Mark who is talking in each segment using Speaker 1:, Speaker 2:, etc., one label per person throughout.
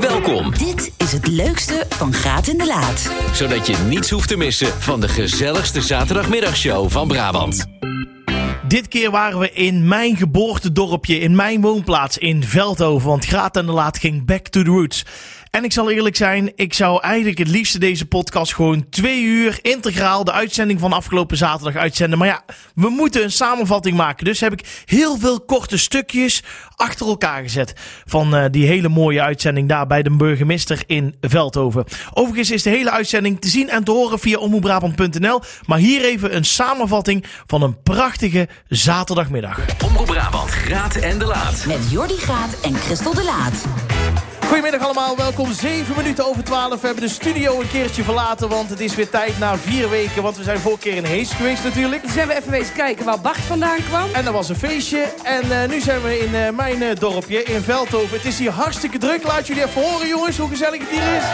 Speaker 1: Welkom,
Speaker 2: Dit is het leukste van Graat in de Laat.
Speaker 1: zodat je niets hoeft te missen van de gezelligste zaterdagmiddagshow van Brabant.
Speaker 3: Dit keer waren we in mijn geboortedorpje, in mijn woonplaats in Veldhoven. Want Graat en de Laat ging back to the roots. En ik zal eerlijk zijn, ik zou eigenlijk het liefste deze podcast gewoon twee uur integraal de uitzending van afgelopen zaterdag uitzenden. Maar ja, we moeten een samenvatting maken. Dus heb ik heel veel korte stukjes achter elkaar gezet van eh, die hele mooie uitzending daar bij de burgemeester in Veldhoven. Overigens is de hele uitzending te zien en te horen via omroepbrabant.nl. Maar hier even een samenvatting van een prachtige zaterdagmiddag.
Speaker 1: Omroep Brabant, Graat en de Laat.
Speaker 2: Met Jordi Graat en Christel de Laat.
Speaker 3: Goedemiddag allemaal, welkom. 7 minuten over 12. We hebben de studio een keertje verlaten, want het is weer tijd na vier weken. Want we zijn vorige keer in Hees geweest natuurlijk.
Speaker 4: Toen zijn we even wezen kijken waar Bart vandaan kwam.
Speaker 3: En dat was een feestje. En eh, nu zijn we in eh, mijn eh, dorpje, in Veldhoven. Het is hier hartstikke druk. Laat jullie even horen, jongens, hoe gezellig het hier is.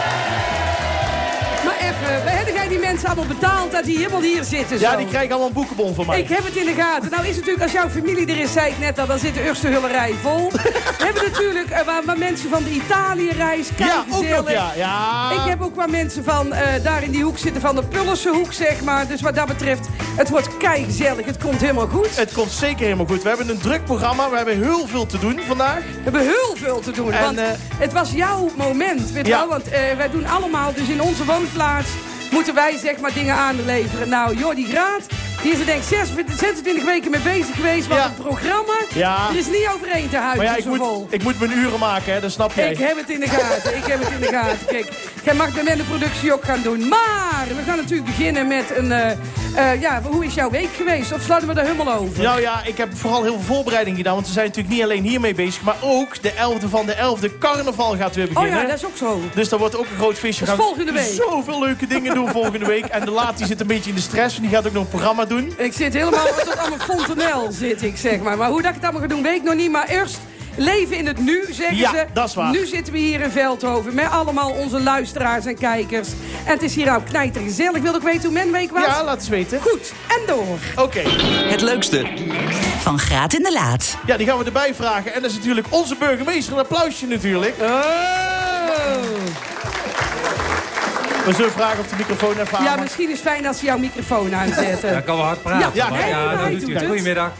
Speaker 4: Maar even, waar hebben jij die mensen allemaal betaald dat die helemaal hier zitten?
Speaker 3: Ja,
Speaker 4: zo?
Speaker 3: die krijgen allemaal een boekenbon van mij.
Speaker 4: Ik heb het in de gaten. Nou is natuurlijk, als jouw familie er is, zei ik net al, dan zit de Urste hullerij vol. we hebben natuurlijk eh, waar, waar mensen van de Italië-reis, kijk
Speaker 3: ja, ook
Speaker 4: gezellig.
Speaker 3: nog, ja. ja.
Speaker 4: Ik heb ook waar mensen van eh, daar in die hoek zitten, van de Pullerse hoek, zeg maar. Dus wat dat betreft, het wordt keigezellig. Het komt helemaal goed.
Speaker 3: Het komt zeker helemaal goed. We hebben een druk programma. We hebben heel veel te doen vandaag.
Speaker 4: We hebben heel veel te doen.
Speaker 3: En,
Speaker 4: want
Speaker 3: eh,
Speaker 4: het was jouw moment, weet je
Speaker 3: Ja.
Speaker 4: wel. Want eh, wij doen allemaal, dus in onze woonplaats moeten wij zeg maar dingen aanleveren. Nou, Jordi Graat, die is er denk ik 26, 26 weken mee bezig geweest. Wat
Speaker 3: Ja.
Speaker 4: een programma.
Speaker 3: Ja.
Speaker 4: Er is niet overeen te
Speaker 3: Maar
Speaker 4: huizen
Speaker 3: ja, ik
Speaker 4: zo
Speaker 3: moet,
Speaker 4: vol.
Speaker 3: ik moet mijn uren maken, hè. dat snap jij.
Speaker 4: Ik heb het in de gaten, ik heb het in de gaten. Kijk, jij mag de de productie ook gaan doen. Maar we gaan natuurlijk beginnen met een... eh, eh, ja, hoe is jouw week geweest? Of sluiten we daar helemaal over?
Speaker 3: Nou ja, ik heb vooral heel veel voorbereiding gedaan. Want we zijn natuurlijk niet alleen hiermee bezig. Maar ook de 11e van de 11e carnaval gaat weer
Speaker 4: oh
Speaker 3: beginnen.
Speaker 4: ja, dat is ook zo.
Speaker 3: Dus dat wordt ook een groot feestje.
Speaker 4: Dat is
Speaker 3: We gaan
Speaker 4: volgende week.
Speaker 3: Zoveel leuke dingen doen volgende week. En de laat die zit een beetje in de stress. En die gaat ook nog een programma doen.
Speaker 4: Ik zit helemaal tot aan mijn fontanel zit ik, zeg maar. Maar hoe dat ik het allemaal ga doen, weet ik nog niet. Maar eerst leven in het nu, zeggen
Speaker 3: Ja,
Speaker 4: ze.
Speaker 3: dat is waar.
Speaker 4: Nu zitten we hier in Veldhoven met allemaal onze luisteraars en kijkers. En het is hier ook knijtergezellig. Wil ik weten hoe mijn week was?
Speaker 3: Ja, laat eens weten.
Speaker 4: Goed, en door.
Speaker 3: Oké.
Speaker 1: Het leukste,
Speaker 2: Van Graat in de Laat.
Speaker 3: Ja, die gaan we erbij vragen. En dat is natuurlijk onze burgemeester. Een applausje natuurlijk.
Speaker 4: Oh.
Speaker 3: We zullen vragen of de microfoon even aan
Speaker 4: Ja,
Speaker 3: mag.
Speaker 4: misschien is het fijn als ze jouw microfoon
Speaker 5: Ja,
Speaker 4: aanzetten.
Speaker 5: kan wel hard praten.
Speaker 4: Ja,
Speaker 5: maar
Speaker 3: ja,
Speaker 5: ja,
Speaker 4: hij
Speaker 5: dat
Speaker 4: doet
Speaker 5: doet u.
Speaker 4: het.
Speaker 5: Goedemiddag.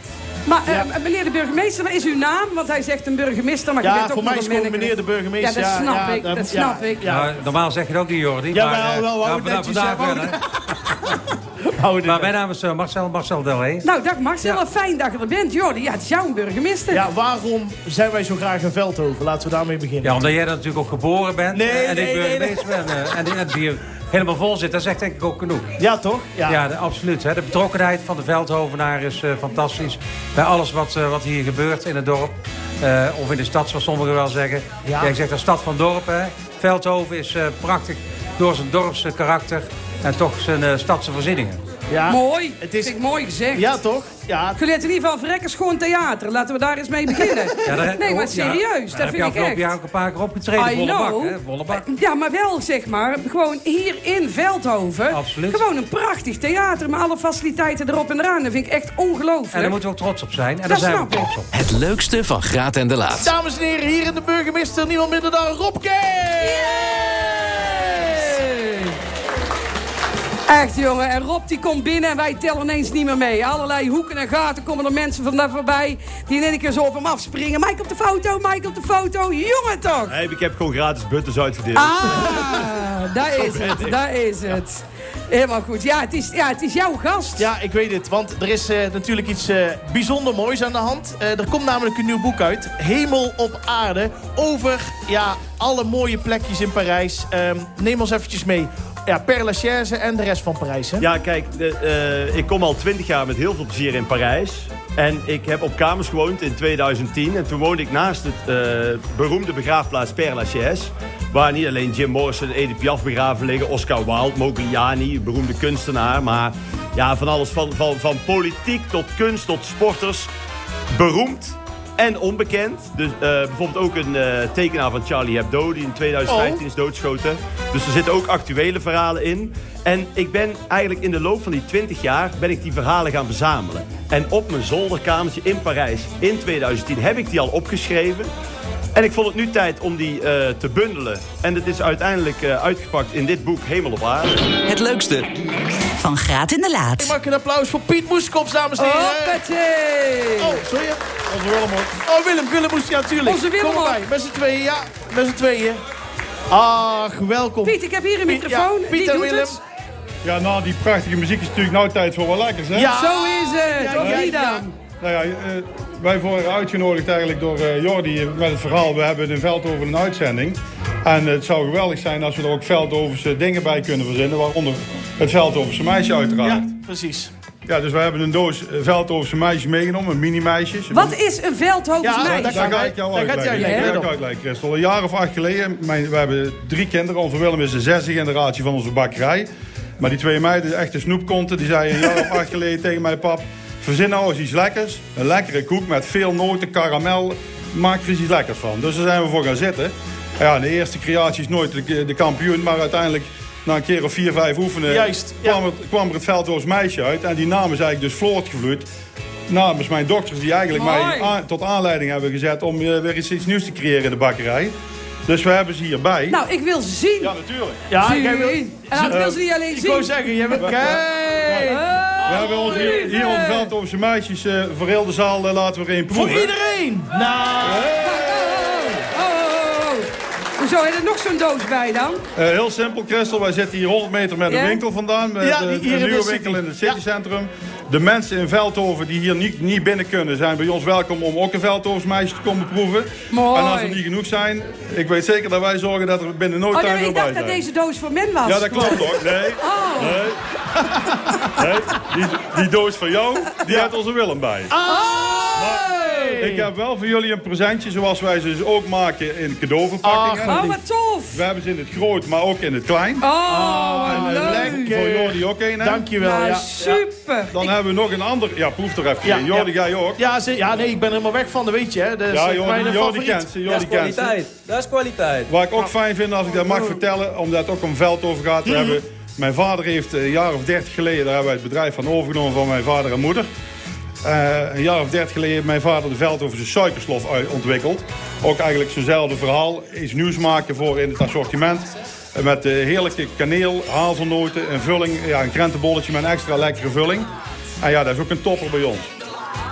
Speaker 4: Maar eh, meneer de burgemeester, wat is uw naam? Want hij zegt een burgemeester, maar je
Speaker 3: Ja,
Speaker 4: bent ook
Speaker 3: voor
Speaker 4: nog
Speaker 3: mij is
Speaker 4: een
Speaker 3: gewoon
Speaker 4: manneke.
Speaker 3: meneer de burgemeester.
Speaker 4: Ja, dat snap
Speaker 3: ja,
Speaker 4: ik, dat,
Speaker 3: ja,
Speaker 4: snap ik.
Speaker 3: Ja,
Speaker 5: Nou, normaal zeg je dat ook niet, Jordi.
Speaker 3: Ja,
Speaker 5: maar,
Speaker 3: wel,
Speaker 5: eh,
Speaker 3: wel, wou
Speaker 5: nou,
Speaker 3: ik
Speaker 5: vandaag-
Speaker 3: netjes
Speaker 5: vandaag
Speaker 3: zeggen,
Speaker 5: wel, hè.
Speaker 3: houden
Speaker 5: Maar mijn naam is eh, Marcel, Marcel Delhee.
Speaker 4: Nou, dag Marcel,
Speaker 5: Ja.
Speaker 4: wat fijn dat je er bent. Jordi, ja, het is jouw burgemeester.
Speaker 3: Ja, waarom zijn wij zo graag in Veldhoven? Laten we daarmee beginnen.
Speaker 5: Ja, omdat jij er natuurlijk ook geboren bent.
Speaker 3: Nee,
Speaker 5: eh, en
Speaker 3: nee,
Speaker 5: ik
Speaker 3: nee,
Speaker 5: burgemeester ben. eh, en, en het hier helemaal vol zit. Dat zegt denk ik ook genoeg.
Speaker 3: Ja, toch? Ja.
Speaker 5: Ja, de- absoluut. Hè. De betrokkenheid van de Veldhovenaar is eh, fantastisch. Bij alles wat, eh, wat hier gebeurt in het dorp. eh, of in de stad, zoals sommigen wel zeggen.
Speaker 3: Ja.
Speaker 5: Ja. ik zeg de stad van dorp. Hè. Veldhoven is eh, prachtig door zijn dorpse karakter. En toch zijn eh, stadse voorzieningen.
Speaker 3: Ja.
Speaker 4: Mooi,
Speaker 3: Het is-
Speaker 4: vind ik mooi gezegd.
Speaker 3: Ja, toch? Ja.
Speaker 4: Gelet in ieder geval verrekkers gewoon theater. Laten we daar eens mee beginnen.
Speaker 5: Ja, daar-
Speaker 4: nee, maar
Speaker 5: oh, ja.
Speaker 4: serieus,
Speaker 5: Daar
Speaker 4: dat
Speaker 5: heb
Speaker 4: vind
Speaker 5: je
Speaker 4: ik echt.
Speaker 5: afgelopen jaar ook een paar keer opgetreden.
Speaker 4: I
Speaker 5: Volle bak,
Speaker 4: know. Eh,
Speaker 5: hè? Volle bak.
Speaker 4: Ja, maar wel zeg maar, gewoon hier in Veldhoven.
Speaker 5: Absoluut.
Speaker 4: Gewoon een prachtig theater met alle faciliteiten erop en eraan. Dat vind ik echt ongelooflijk.
Speaker 5: En daar moeten we ook trots op zijn.
Speaker 4: Dat
Speaker 5: En daar zijn we ook
Speaker 4: snap ik.
Speaker 5: trots op.
Speaker 1: het leukste van Graat en de Laat.
Speaker 3: Dames en heren, hier in de burgemeester niemand minder dan Robke!
Speaker 4: Echt jongen, en Rob die komt binnen en wij tellen ineens niet meer mee. Allerlei hoeken en gaten komen er mensen van daar voorbij die in één keer zo op hem afspringen. Mike op de foto, Mike op de foto. Jongen toch!
Speaker 6: Nee, ik heb gewoon gratis butters uitgedeeld.
Speaker 4: Ah, daar is het, daar is het. Helemaal goed. Ja, het is, ja, het is jouw gast.
Speaker 3: Ja, ik weet het, want er is eh, natuurlijk iets eh, bijzonder moois aan de hand. Eh, er komt namelijk een nieuw boek uit, Hemel op Aarde, over ja, alle mooie plekjes in Parijs. Ehm, neem ons eventjes mee. Ja, Père Lachaise en de rest van Parijs, hè?
Speaker 6: Ja, kijk, de, eh, ik kom al twintig jaar met heel veel plezier in Parijs. En ik heb op kamers gewoond in 2010. En toen woonde ik naast het eh, beroemde begraafplaats Père Lachaise. Waar niet alleen Jim Morrison en Edith Piaf begraven liggen. Oscar Wilde, Mogliani, een beroemde kunstenaar. Maar ja, van alles. Van, van, van politiek tot kunst tot sporters. Beroemd. En onbekend. Dus, eh, bijvoorbeeld ook een eh, tekenaar van Charlie Hebdo, die in 2015
Speaker 3: Oh.
Speaker 6: is doodgeschoten. Dus er zitten ook actuele verhalen in. En ik ben eigenlijk in de loop van die 20 jaar ben ik die verhalen gaan verzamelen. En op mijn zolderkamertje in Parijs in 2010 heb ik die al opgeschreven. En ik vond het nu tijd om die eh, te bundelen. En het is uiteindelijk eh, uitgepakt in dit boek Hemel op Aarde.
Speaker 1: Het leukste,
Speaker 2: Van Graat in de Laat.
Speaker 3: Maak een applaus voor Piet Moeskops, dames en heren.
Speaker 4: Hoppatee!
Speaker 3: Oh, sorry. Onze Willem ook. Oh, Willem, Willem moest, ja, natuurlijk.
Speaker 4: Onze Willem
Speaker 3: Kom
Speaker 4: ook.
Speaker 3: erbij. Met z'n tweeën, ja. Met z'n tweeën. Ach, welkom.
Speaker 4: Piet, ik heb hier een
Speaker 3: Piet, ja,
Speaker 4: microfoon.
Speaker 3: Piet
Speaker 4: Die
Speaker 3: en
Speaker 4: doet
Speaker 3: Willem.
Speaker 4: het.
Speaker 7: Ja, na die prachtige muziek is natuurlijk nou tijd voor wat lekkers, hè?
Speaker 3: Ja.
Speaker 4: Zo is het.
Speaker 3: Ja,
Speaker 4: Of
Speaker 3: ja,
Speaker 4: niet
Speaker 3: ja.
Speaker 4: dan?
Speaker 7: Nou ja, eh, wij worden uitgenodigd eigenlijk door eh, Jordi eh, met het verhaal. We hebben in Veldhoven een uitzending. En het zou geweldig zijn als we er ook Veldhovense dingen bij kunnen verzinnen. Waaronder het Veldhovense meisje uiteraard.
Speaker 3: Ja,
Speaker 7: Ja,
Speaker 3: precies.
Speaker 7: dus we hebben een doos eh, Veldhovense meisjes meegenomen, een mini-meisjes.
Speaker 4: Wat is een Veldhovens
Speaker 3: Ja,
Speaker 4: meisje?
Speaker 3: dat
Speaker 7: Daar ga ik jou
Speaker 3: Daar gaat
Speaker 7: uitleggen.
Speaker 3: jij
Speaker 4: uitleggen,
Speaker 7: Daar ga
Speaker 3: Rob.
Speaker 7: ik uitleggen, Christel. Een jaar of acht geleden, mijn, we hebben drie kinderen. Onze Willem is de zesde generatie van onze bakkerij. Maar die twee meiden, echte snoepkonten, die zeiden een jaar of acht geleden tegen mijn pap... Verzin nou eens iets lekkers. Een lekkere koek met veel noten, karamel. Maak er eens iets lekkers van. Dus daar zijn we voor gaan zitten. Ja, de eerste creatie is nooit de, de kampioen, maar uiteindelijk... Na een keer of vier, vijf oefenen
Speaker 3: Juist, ja.
Speaker 7: kwam, er, kwam er het Veldhoofs meisje uit. En die naam is eigenlijk dus voortgevloeid namens mijn dokters... die eigenlijk
Speaker 4: Mooi.
Speaker 7: mij aan- tot aanleiding hebben gezet om eh, weer eens iets nieuws te creëren in de bakkerij. Dus we hebben ze hierbij.
Speaker 4: Nou, ik wil zien.
Speaker 7: Ja, natuurlijk.
Speaker 3: Ja,
Speaker 4: Zien.
Speaker 3: jij wil...
Speaker 4: En dat wil ze niet alleen
Speaker 3: Ik wou
Speaker 4: zien.
Speaker 3: zeggen, jij bent... Kijk!
Speaker 4: Oh,
Speaker 7: We hebben ons hier, hier op
Speaker 4: lieve.
Speaker 7: het Veldhovense meisjes eh, voor heel de zaal eh, laten we er een proeven.
Speaker 3: Voor iedereen! Nou,
Speaker 4: Oh, oh, oh. Hoezo, heeft er nog zo'n doos bij dan? Oh,
Speaker 7: Eh, heel simpel, Christel. Wij zitten hier 100 meter met
Speaker 4: Ja?
Speaker 7: een winkel vandaan. Met,
Speaker 3: Ja,
Speaker 7: eh,
Speaker 3: die- hier in
Speaker 7: een
Speaker 3: de
Speaker 7: nieuwe
Speaker 3: city.
Speaker 7: winkel in het
Speaker 3: Ja.
Speaker 7: citycentrum. De mensen in Veldhoven die hier niet, niet binnen kunnen... zijn bij ons welkom om ook een Veldhovens meisje te komen proeven.
Speaker 4: Mooi.
Speaker 7: En als er niet genoeg zijn... ik weet zeker dat wij zorgen dat er binnen no
Speaker 4: Oh,
Speaker 7: time
Speaker 4: nee,
Speaker 7: weer
Speaker 4: ik
Speaker 7: bij
Speaker 4: dacht
Speaker 7: zijn.
Speaker 4: dat deze doos voor men was.
Speaker 7: Ja, dat klopt hoor. Nee.
Speaker 4: Oh.
Speaker 7: Nee.
Speaker 3: Oh.
Speaker 7: Nee. Die, die doos van jou, die had onze Willem bij. Ik heb wel voor jullie een presentje, zoals wij ze dus ook maken in
Speaker 3: Ah,
Speaker 7: cadeauverpakkingen.
Speaker 4: Oh, wat tof.
Speaker 7: We hebben ze in het groot, maar ook in het klein.
Speaker 4: Oh,
Speaker 7: En, eh,
Speaker 4: leuk.
Speaker 3: lekker.
Speaker 7: Voor Jordi ook één, hè?
Speaker 3: dankjewel.
Speaker 4: Nou,
Speaker 3: Ja,
Speaker 4: super.
Speaker 7: Dan hebben we nog een ander. Ja, proef er even
Speaker 3: Ja,
Speaker 7: in. Jordi,
Speaker 3: ja.
Speaker 7: jij ook?
Speaker 3: ja, ze- ja, nee, ik ben er helemaal weg van, dat weet je. Hè. Dat is
Speaker 7: Ja,
Speaker 3: echt
Speaker 7: Jordi,
Speaker 3: mijn
Speaker 7: Jordi
Speaker 3: favoriet.
Speaker 7: kent ze, Jordi
Speaker 3: Ja,
Speaker 7: kent ze.
Speaker 8: Dat is kwaliteit.
Speaker 7: Waar ik ook fijn vind als ik dat mag vertellen, omdat het ook om Veldhoven gaat. We hebben, mijn vader heeft eh, een jaar of dertig geleden, daar hebben wij het bedrijf van overgenomen van mijn vader en moeder. Eh, een jaar of dertig geleden heeft mijn vader de Veldhovense suikerslof uit- ontwikkeld. Ook eigenlijk zo'nzelfde verhaal. Iets nieuws maken voor in het assortiment. Eh, Met eh, heerlijke kaneel, hazelnoten, een vulling, ja, een krentenbolletje met een extra lekkere vulling. En ja, dat is ook een topper bij ons.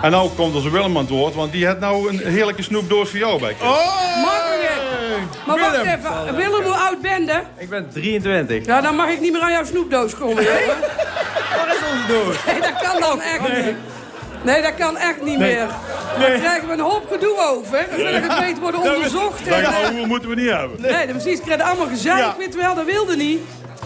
Speaker 7: En nou komt onze Willem aan het woord, want die heeft nou een heerlijke snoepdoos voor jou
Speaker 3: Oh
Speaker 7: bij. Chris.
Speaker 4: Makkelijk. Maar wacht even. Willem, hoe oud ben je?
Speaker 8: Ik ben 23.
Speaker 4: Ja, Nou, dan mag ik niet meer aan jouw snoepdoos komen, jongen.
Speaker 8: Waar is onze doos?
Speaker 4: Nee, dat kan dan echt niet. Nee, dat kan echt niet meer. Daar krijgen we een hoop gedoe over. Dan wil ik het beter worden onderzocht.
Speaker 7: Dat
Speaker 4: en, eh,
Speaker 7: ouwe moeten we niet hebben.
Speaker 4: Nee, dat precies. Ik kreeg allemaal gezeik.
Speaker 3: Ja.
Speaker 4: Ik weet wel, dat wilde niet.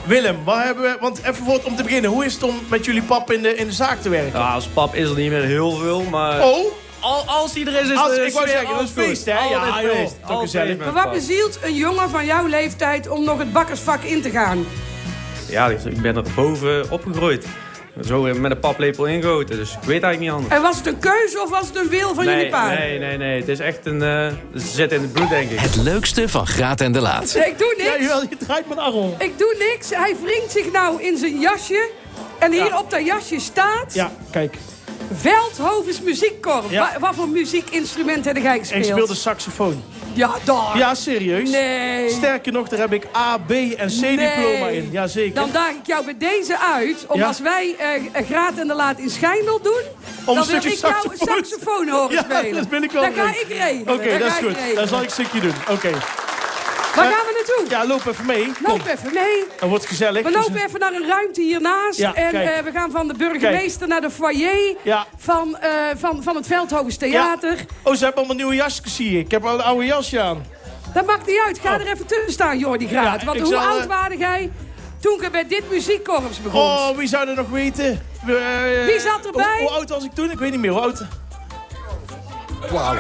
Speaker 3: Willem, waar hebben we... Want even voor, om te beginnen, hoe is het om met jullie pap in de, in de zaak te werken?
Speaker 8: Ja, als pap is er niet meer heel veel, maar...
Speaker 3: Oh,
Speaker 8: Al, als hij er is, is
Speaker 3: als,
Speaker 4: eh,
Speaker 8: de
Speaker 3: ik wou
Speaker 8: sfeer
Speaker 3: zeggen, dat is
Speaker 8: altijd
Speaker 3: feest,
Speaker 8: goed.
Speaker 3: hè?
Speaker 8: Altijd
Speaker 3: Ja, joh,
Speaker 8: feest.
Speaker 3: toch
Speaker 8: Altijd
Speaker 3: gezellig.
Speaker 8: feest.
Speaker 4: Maar wat bezielt een jongen van jouw leeftijd om nog het bakkersvak in te gaan?
Speaker 8: Ja, dus ik ben er boven opgegroeid. Zo eh, met een paplepel ingegoten, dus ik weet eigenlijk niet anders.
Speaker 4: En was het een keuze of was het een wil van jullie
Speaker 8: Nee,
Speaker 4: pa?
Speaker 8: nee, nee, nee. Het is echt een eh, zit in het bloed, denk ik.
Speaker 1: het leukste van Graat en de Laat.
Speaker 4: Ik doe
Speaker 3: Ja,
Speaker 4: niks.
Speaker 3: jawel, je draait mijn arm om.
Speaker 4: Ik doe niks. Hij wringt zich nou in zijn jasje. En hier
Speaker 3: Ja.
Speaker 4: op dat jasje staat
Speaker 3: Ja, kijk.
Speaker 4: Veldhovens muziekkorps.
Speaker 3: Ja.
Speaker 4: Wa- wat voor muziekinstrument heb jij
Speaker 3: Ik
Speaker 4: gespeeld?
Speaker 3: speelde saxofoon.
Speaker 4: Ja, daar.
Speaker 3: Ja, serieus.
Speaker 4: Nee.
Speaker 3: Sterker nog, daar heb ik A, B en C diploma
Speaker 4: Nee.
Speaker 3: in. Jazeker.
Speaker 4: Dan daag ik jou bij deze uit. Om
Speaker 3: Ja.
Speaker 4: als wij eh Graat en de Laat in Schijndel doen...
Speaker 3: een
Speaker 4: dan wil ik
Speaker 3: stukje
Speaker 4: jou
Speaker 3: saxofoon.
Speaker 4: saxofoon horen
Speaker 3: Ja,
Speaker 4: spelen.
Speaker 3: dat wil ik wel
Speaker 4: Dan ga
Speaker 3: doen.
Speaker 4: ik regelen.
Speaker 3: Oké,
Speaker 4: Dan
Speaker 3: dat is
Speaker 4: ga ik
Speaker 3: goed.
Speaker 4: regelen.
Speaker 3: Dan zal ik een stukje doen. Oké.
Speaker 4: Waar gaan we naartoe?
Speaker 3: Ja, loop even mee. Kom.
Speaker 4: Loop even mee.
Speaker 3: Dat wordt gezellig.
Speaker 4: We
Speaker 3: Dus-
Speaker 4: lopen even naar een ruimte hiernaast.
Speaker 3: Ja,
Speaker 4: en
Speaker 3: kijk.
Speaker 4: eh, we gaan van de burgemeester naar de foyer
Speaker 3: Ja.
Speaker 4: van, eh, van, van het Veldhovens Theater.
Speaker 3: Oh, ze hebben allemaal nieuwe jasjes, zie je. Ik heb al een oude jasje aan.
Speaker 4: Dat maakt niet uit. Ga er even tussen staan, Jordi Graat.
Speaker 3: Oh. Ja,
Speaker 4: Want
Speaker 3: ik
Speaker 4: hoe
Speaker 3: zal, eh,
Speaker 4: oud waren jij toen je bij dit muziekkorps begon?
Speaker 3: Oh, wie zou dat nog weten? Eh,
Speaker 4: Wie zat erbij?
Speaker 3: Hoe, hoe oud was ik toen? Ik weet niet meer. Hoe oud? 12.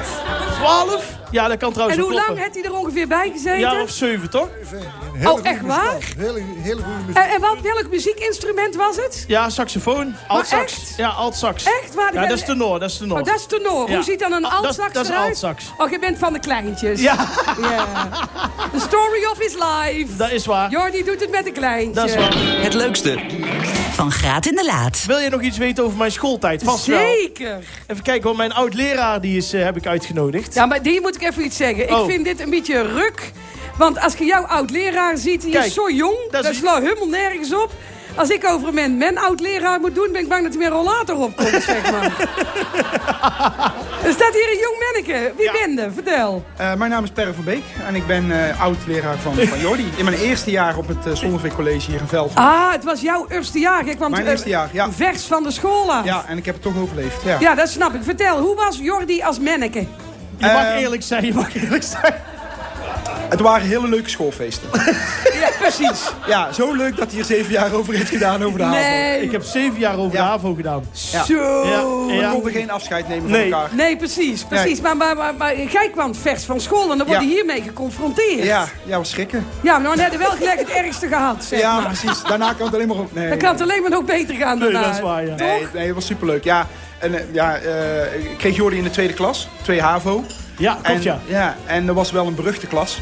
Speaker 3: 12? Ja, dat kan trouwens
Speaker 4: en hoe
Speaker 3: wel
Speaker 4: lang
Speaker 3: kloppen.
Speaker 4: heeft hij er ongeveer bij gezeten?
Speaker 3: Ja, of 7, toch?
Speaker 4: oh, echt waar?
Speaker 9: Hele, hele goede muziek.
Speaker 4: En, en wat, welk muziekinstrument was het?
Speaker 3: Ja, saxofoon. Alt sax.
Speaker 4: echt?
Speaker 3: Ja, alt sax.
Speaker 4: Echt waar?
Speaker 3: Ja, dat is tenor, dat is tenor.
Speaker 4: Oh, dat is tenor.
Speaker 3: Ja.
Speaker 4: Hoe ziet dan een
Speaker 3: Ah, dat-
Speaker 4: altsax
Speaker 3: dat is
Speaker 4: eruit?
Speaker 3: altsax.
Speaker 4: Oh, je bent van de kleintjes.
Speaker 3: Ja,
Speaker 4: Ja. The story of his life.
Speaker 3: dat is waar.
Speaker 4: Jordi doet het met de kleintjes.
Speaker 3: Dat is waar.
Speaker 1: Het leukste
Speaker 2: Van Graat in de Laat.
Speaker 3: Wil je nog iets weten over mijn schooltijd? Vast wel.
Speaker 4: Zeker.
Speaker 3: Even kijken, want mijn oud-leraar die is, eh, heb ik uitgenodigd.
Speaker 4: Ja, maar die moet ik even iets zeggen.
Speaker 3: Oh.
Speaker 4: Ik vind dit een beetje ruk. Want als je jouw oud-leraar ziet, die
Speaker 3: Kijk,
Speaker 4: is zo jong.
Speaker 3: dat
Speaker 4: Dat,
Speaker 3: is-
Speaker 4: slaat helemaal nergens op. Als ik over mijn, mijn oud-leraar moet doen, ben ik bang dat hij weer een rollator opkomt, zeg maar. er staat hier een jong manneke. Wie ben je? Vertel.
Speaker 9: Eh, mijn naam is Perre van Beek en ik ben eh, oud-leraar van, van Jordi. In mijn eerste jaar op het eh Zonneveer College hier in Velden.
Speaker 4: Ah, het was jouw eerste jaar. Jij kwam
Speaker 9: Mijn
Speaker 4: eh,
Speaker 9: eerste jaar, ja.
Speaker 4: vers van de school af.
Speaker 9: Ja, en ik heb het toch overleefd. Ja.
Speaker 4: Ja, dat snap ik. Vertel, hoe was Jordi als manneke?
Speaker 3: Je mag
Speaker 9: Eh,
Speaker 3: eerlijk zijn, je mag eerlijk zijn.
Speaker 9: Het waren hele leuke schoolfeesten.
Speaker 4: Ja, precies.
Speaker 9: ja, zo leuk dat hij er zeven jaar over heeft gedaan over de avond.
Speaker 4: Nee,
Speaker 3: Ik heb zeven jaar over de
Speaker 9: Ja.
Speaker 3: HAVO gedaan.
Speaker 4: zo.
Speaker 3: Ja,
Speaker 9: We
Speaker 3: ja.
Speaker 9: konden geen afscheid nemen
Speaker 3: Nee.
Speaker 9: van elkaar.
Speaker 4: Nee, precies. precies.
Speaker 9: Nee.
Speaker 4: Maar, maar, maar, maar jij kwam vers van school en dan word je
Speaker 9: Ja.
Speaker 4: hiermee geconfronteerd.
Speaker 9: Ja, ja, was schrikken.
Speaker 4: ja maar dan hebben we wel gelijk het ergste gehad, zeg
Speaker 9: ja,
Speaker 4: maar.
Speaker 9: precies. Daarna kan het alleen maar op. Nee,
Speaker 4: Dan kan het alleen maar nog beter gaan
Speaker 3: Nee,
Speaker 4: daarna.
Speaker 3: dat is waar, ja.
Speaker 9: nee, nee, het was superleuk. Ja, en eh, ja, eh, ik kreeg Jordi in de tweede klas, 2 HAVO.
Speaker 3: Ja, klopt
Speaker 9: en,
Speaker 3: ja.
Speaker 9: en er was wel een beruchte klas.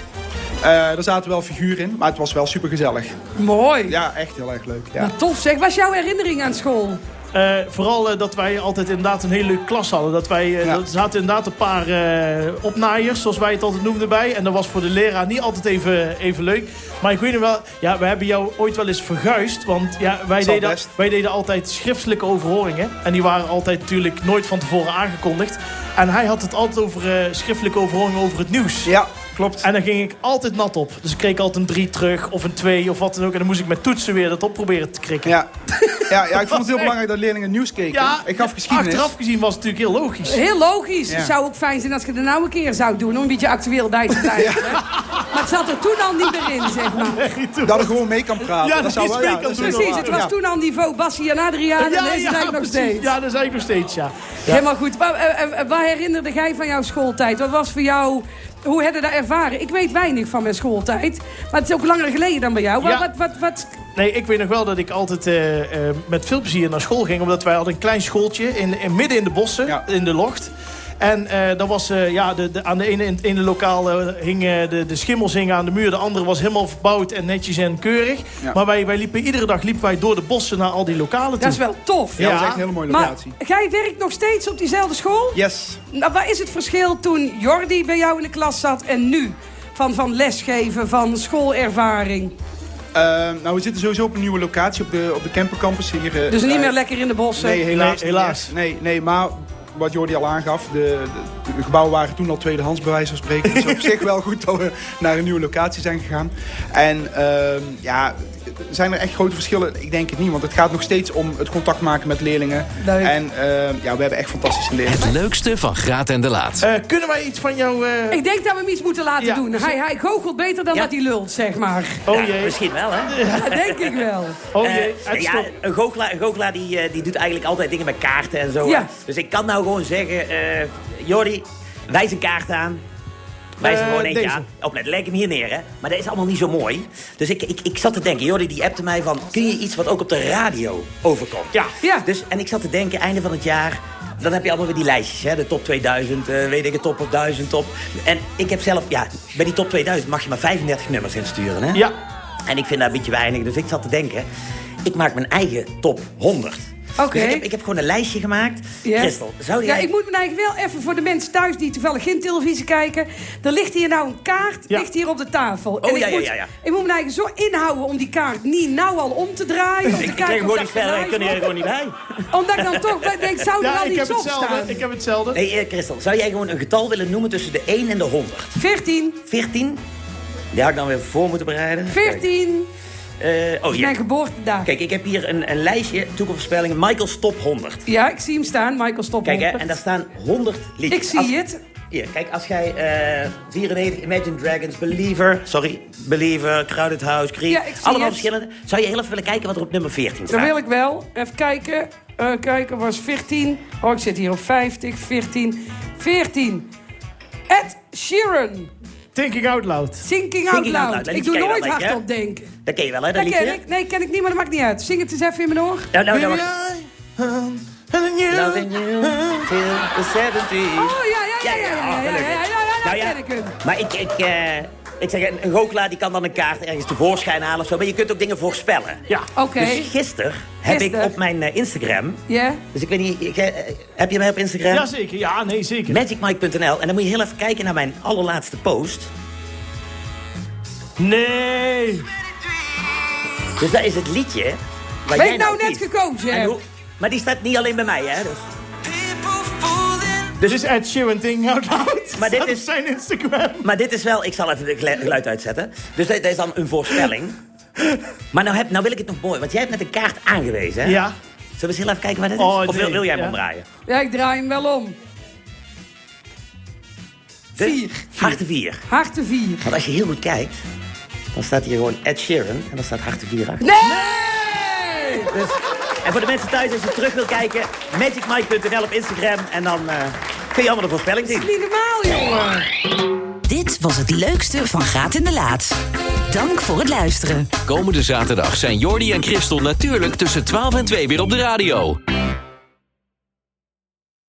Speaker 9: Eh daar zaten wel figuren in, maar het was wel supergezellig.
Speaker 4: Mooi.
Speaker 9: Ja, echt heel erg leuk. Ja.
Speaker 4: Maar tof zeg, wat is jouw herinnering aan school?
Speaker 3: Eh, vooral eh, dat wij altijd inderdaad een hele leuke klas hadden. Dat wij, eh,
Speaker 9: Ja.
Speaker 3: Er zaten inderdaad een paar eh, opnaaiers, zoals wij het altijd noemden bij. En dat was voor de leraar niet altijd even, even leuk. Maar ik weet nog wel, ja, we hebben jou ooit wel eens verguisd. Want ja, wij,
Speaker 9: Zal
Speaker 3: deden,
Speaker 9: best.
Speaker 3: wij deden altijd schriftelijke overhoringen. En die waren altijd natuurlijk nooit van tevoren aangekondigd. En hij had het altijd over eh, schriftelijke overhoringen over het nieuws.
Speaker 9: ja, klopt.
Speaker 3: En dan ging ik altijd nat op. Dus ik kreeg altijd een 3 terug of een 2 of wat dan ook. En dan moest ik met toetsen weer dat op proberen te krikken.
Speaker 9: Ja. Ja, ja, ik vond het heel belangrijk dat leerlingen nieuws keken. ik gaf geschiedenis.
Speaker 3: Achteraf gezien was het natuurlijk heel logisch.
Speaker 4: Heel logisch.
Speaker 9: Ja.
Speaker 4: Het zou ook fijn zijn als je het nou een keer zou doen, om een beetje actueel bij te blijven. hè. Maar het zat er toen al niet meer in, zeg maar.
Speaker 9: Dat er gewoon mee kan praten.
Speaker 3: Ja, dat
Speaker 9: zou
Speaker 3: je
Speaker 9: wel-
Speaker 3: mee
Speaker 9: ja,
Speaker 3: kan
Speaker 9: dat is
Speaker 3: doen.
Speaker 9: wel
Speaker 4: Precies,
Speaker 9: waar.
Speaker 4: het was
Speaker 9: Ja.
Speaker 4: toen al niveau Bassie en Adriaan en deze zijn nog
Speaker 3: precies.
Speaker 4: steeds.
Speaker 3: Ja, dat is eigenlijk nog steeds, ja.
Speaker 4: Helemaal goed. Wat, eh, eh, wat herinnerde jij van jouw schooltijd? Wat was voor jou... Hoe heb je dat ervaren? Ik weet weinig van mijn schooltijd. Maar het is ook langer geleden dan bij jou. Wat,
Speaker 3: Ja.
Speaker 4: wat, wat, wat-
Speaker 3: Nee, ik weet nog wel dat ik altijd eh, eh, met veel plezier naar school ging. Omdat wij hadden een klein schooltje in, in- midden in de bossen,
Speaker 9: Ja.
Speaker 3: in de locht. En eh dat was, eh, ja, de, de, aan de ene, in het ene lokaal eh, hingen de, de schimmels hingen aan de muur. De andere was helemaal verbouwd en netjes en keurig.
Speaker 9: Ja.
Speaker 3: Maar wij, wij liepen, iedere dag liepen wij door de bossen naar al die lokalen toe.
Speaker 4: dat is wel tof.
Speaker 9: Ja, dat
Speaker 3: Ja.
Speaker 9: is echt een hele mooie
Speaker 4: Maar
Speaker 9: locatie.
Speaker 4: jij werkt nog steeds op diezelfde school?
Speaker 9: Yes.
Speaker 4: Nou, wat is het verschil toen Jordi bij jou in de klas zat en nu? Van, van lesgeven, van schoolervaring.
Speaker 9: Ehm, nou, we zitten sowieso op een nieuwe locatie op de, op de campercampus hier. eh,
Speaker 4: Dus niet
Speaker 9: bij-
Speaker 4: meer lekker eh, in de bossen.
Speaker 9: Nee, helaas.
Speaker 3: Nee, helaas.
Speaker 9: Nee, nee, maar wat Jordi al aangaf, de, de, de gebouwen waren toen al tweedehands bij wijze van spreken. Dus op zich wel goed dat we naar een nieuwe locatie zijn gegaan. En ehm, ja, zijn er echt grote verschillen? Ik denk het niet, want het gaat nog steeds om het contact maken met leerlingen.
Speaker 4: Leuk.
Speaker 9: En ehm, ja, we hebben echt fantastische leerlingen.
Speaker 1: Het leukste van Graat en de Laat.
Speaker 3: Eh, kunnen wij iets van jou... eh,
Speaker 4: Ik denk dat we hem iets moeten laten
Speaker 3: Ja.
Speaker 4: doen. Hij, hij goochelt beter dan
Speaker 10: Ja.
Speaker 4: dat hij lult, zeg maar.
Speaker 3: Oh jee,
Speaker 10: Misschien wel, hè?
Speaker 4: Dat denk ik wel.
Speaker 3: oh
Speaker 10: Eh,
Speaker 3: jee,
Speaker 10: nou ja,
Speaker 3: uitstop.
Speaker 10: een goochelaar, een goochelaar die, eh, die doet eigenlijk altijd dingen met kaarten en zo.
Speaker 4: Ja.
Speaker 10: hè. Dus ik kan nou gewoon zeggen, eh Jordi, wijs een kaart aan. Oh, Wijs er
Speaker 3: Eh,
Speaker 10: gewoon eentje
Speaker 3: deze.
Speaker 10: aan. Oplet, leg hem hier neer, hè. Maar dat is allemaal niet zo mooi. Dus ik, ik, ik zat te denken, Jordi die appte mij van... kun je iets wat ook op de radio overkomt? Ja.
Speaker 4: Ja.
Speaker 10: Dus, en ik zat te denken, einde van het jaar... Dan heb je allemaal weer die lijstjes, hè? de top 2000, eh, weet ik het, top op 1000, top. En ik heb zelf, ja, bij die top 2000 mag je maar 35 nummers insturen, hè?
Speaker 3: Ja.
Speaker 10: En ik vind dat een beetje weinig, dus ik zat te denken... ik maak mijn eigen top 100.
Speaker 4: Oké.
Speaker 10: Dus ik, heb, ik heb gewoon een lijstje gemaakt.
Speaker 4: Ja.
Speaker 10: Christel, zou
Speaker 4: Ja,
Speaker 10: jij...
Speaker 4: ik moet me eigenlijk wel even voor de mensen thuis die toevallig geen televisie kijken. Er ligt hier nou een kaart,
Speaker 3: Ja.
Speaker 4: ligt hier op de tafel. ik
Speaker 10: Oh, ja, ja,
Speaker 4: moet,
Speaker 10: ja, ja.
Speaker 4: Ik moet me eigenlijk zo inhouden om die kaart niet nou al om te draaien. Om te
Speaker 10: ik
Speaker 4: kijken
Speaker 10: kreeg
Speaker 4: of
Speaker 10: gewoon
Speaker 4: dat
Speaker 10: niet verder, ik
Speaker 4: gedraaid
Speaker 10: kon hier
Speaker 4: wordt.
Speaker 10: gewoon niet bij.
Speaker 4: Omdat ik dan toch bij- denk, zou er
Speaker 3: Ja,
Speaker 4: al
Speaker 3: ik heb,
Speaker 4: iets op
Speaker 3: hetzelfde,
Speaker 4: staan?
Speaker 3: ik heb hetzelfde.
Speaker 10: Nee, eh, Christel, zou jij gewoon een getal willen noemen tussen de 1 en de 100?
Speaker 4: 14,
Speaker 10: 14? Die had ik dan weer voor moeten bereiden.
Speaker 4: 14,
Speaker 10: Eh, oh,
Speaker 4: mijn
Speaker 10: hier.
Speaker 4: geboortedag.
Speaker 10: Kijk, ik heb hier een, een lijstje toekomstvoorspellingen. Michael's top 100.
Speaker 4: Ja, ik zie hem staan, Michael Stop.
Speaker 10: Kijk, hè, en daar staan 100 liedjes.
Speaker 4: Ik zie
Speaker 10: Als-
Speaker 4: het.
Speaker 10: Hier, kijk, als jij eh 94, Imagine Dragons, Believer... Sorry, Believer, Crowded House, Creep...
Speaker 4: Ja, ik zie
Speaker 10: allemaal
Speaker 4: het.
Speaker 10: verschillende. Zou je heel even willen kijken wat er op nummer 14
Speaker 4: Dat
Speaker 10: staat?
Speaker 4: wil ik wel. Even kijken. Eh kijken, was 14. Oh, ik zit hier op 50. 14. 14. Ed Sheeran.
Speaker 3: Thinking out loud.
Speaker 4: Thinking Out
Speaker 10: Thinking Out
Speaker 4: Loud.
Speaker 10: Loud.
Speaker 4: Ik
Speaker 10: Liedje
Speaker 4: doe
Speaker 10: ken je
Speaker 4: nooit
Speaker 10: wel, denk ik,
Speaker 4: hardop
Speaker 10: hè?
Speaker 4: denken.
Speaker 10: Dat ken je wel, hè, dat,
Speaker 4: Dat ken
Speaker 10: liedje?
Speaker 4: ik. Nee, ken ik niet, maar dat maakt niet uit. Zing het eens even in mijn oor.
Speaker 10: Nou, nou, nou,
Speaker 3: Baby,
Speaker 10: wacht.
Speaker 3: I am you.
Speaker 10: Loving you till the
Speaker 4: Oh,
Speaker 10: 70s.
Speaker 4: ja, ja, ja, ja, ja, ja, ja, ja, ja, ja, ja, ja,
Speaker 10: Nou
Speaker 4: ja, ken ik hem.
Speaker 10: Maar ik, ik, eh, Ik zeg, een, een goochelaar die kan dan een kaart ergens tevoorschijn halen of zo. Maar je kunt ook dingen voorspellen.
Speaker 4: Ja. Oké.
Speaker 10: Dus gisteren heb ik
Speaker 4: Gisteren?
Speaker 10: op mijn eh, Instagram...
Speaker 4: Ja?
Speaker 10: Dus ik weet niet, ik, eh, heb je mij op Instagram?
Speaker 3: Jazeker, ja, nee, zeker.
Speaker 10: Magicmike.nl. En dan moet je heel even kijken naar mijn allerlaatste post.
Speaker 3: Nee!
Speaker 10: Dus dat is het liedje waar
Speaker 4: Ben
Speaker 10: jij
Speaker 4: ik nou net
Speaker 10: kiest.
Speaker 4: gekozen?
Speaker 10: En
Speaker 4: hè?
Speaker 10: hoe- Maar die staat niet alleen bij mij, hè? Dus-
Speaker 3: Dus is Ed Sheeran ding out loud.
Speaker 10: Maar dit
Speaker 3: Staat op
Speaker 10: is-
Speaker 3: zijn Instagram.
Speaker 10: Maar dit is wel, ik zal even het gelu- geluid uitzetten. Dus dit, dit is dan een voorspelling. Maar nou, heb, nou wil ik het nog mooi, want jij hebt net een kaart aangewezen, hè?
Speaker 3: Ja.
Speaker 10: Zullen we eens heel even kijken waar dit is?
Speaker 3: Oh,
Speaker 10: of wil,
Speaker 3: nee,
Speaker 10: wil jij hem
Speaker 3: ja.
Speaker 10: omdraaien?
Speaker 4: Ja, ik draai hem wel om.
Speaker 10: De-
Speaker 4: Vier.
Speaker 10: Harte 4.
Speaker 4: Harte vier.
Speaker 10: Want als je heel goed kijkt, dan staat hier gewoon Ed Sheeran. En dan staat Harte 4 achter.
Speaker 4: Nee!
Speaker 10: Dus, en voor de mensen thuis, als je terug wil kijken, magicmike.nl op Instagram. En dan eh, kun je allemaal de voorspelling zien.
Speaker 4: Niet normaal, jongen.
Speaker 2: Dit was het leukste van Graat in de Laat. Dank voor het luisteren.
Speaker 1: Komende zaterdag zijn Jordi en Christel natuurlijk tussen 12 en 2 weer op de radio.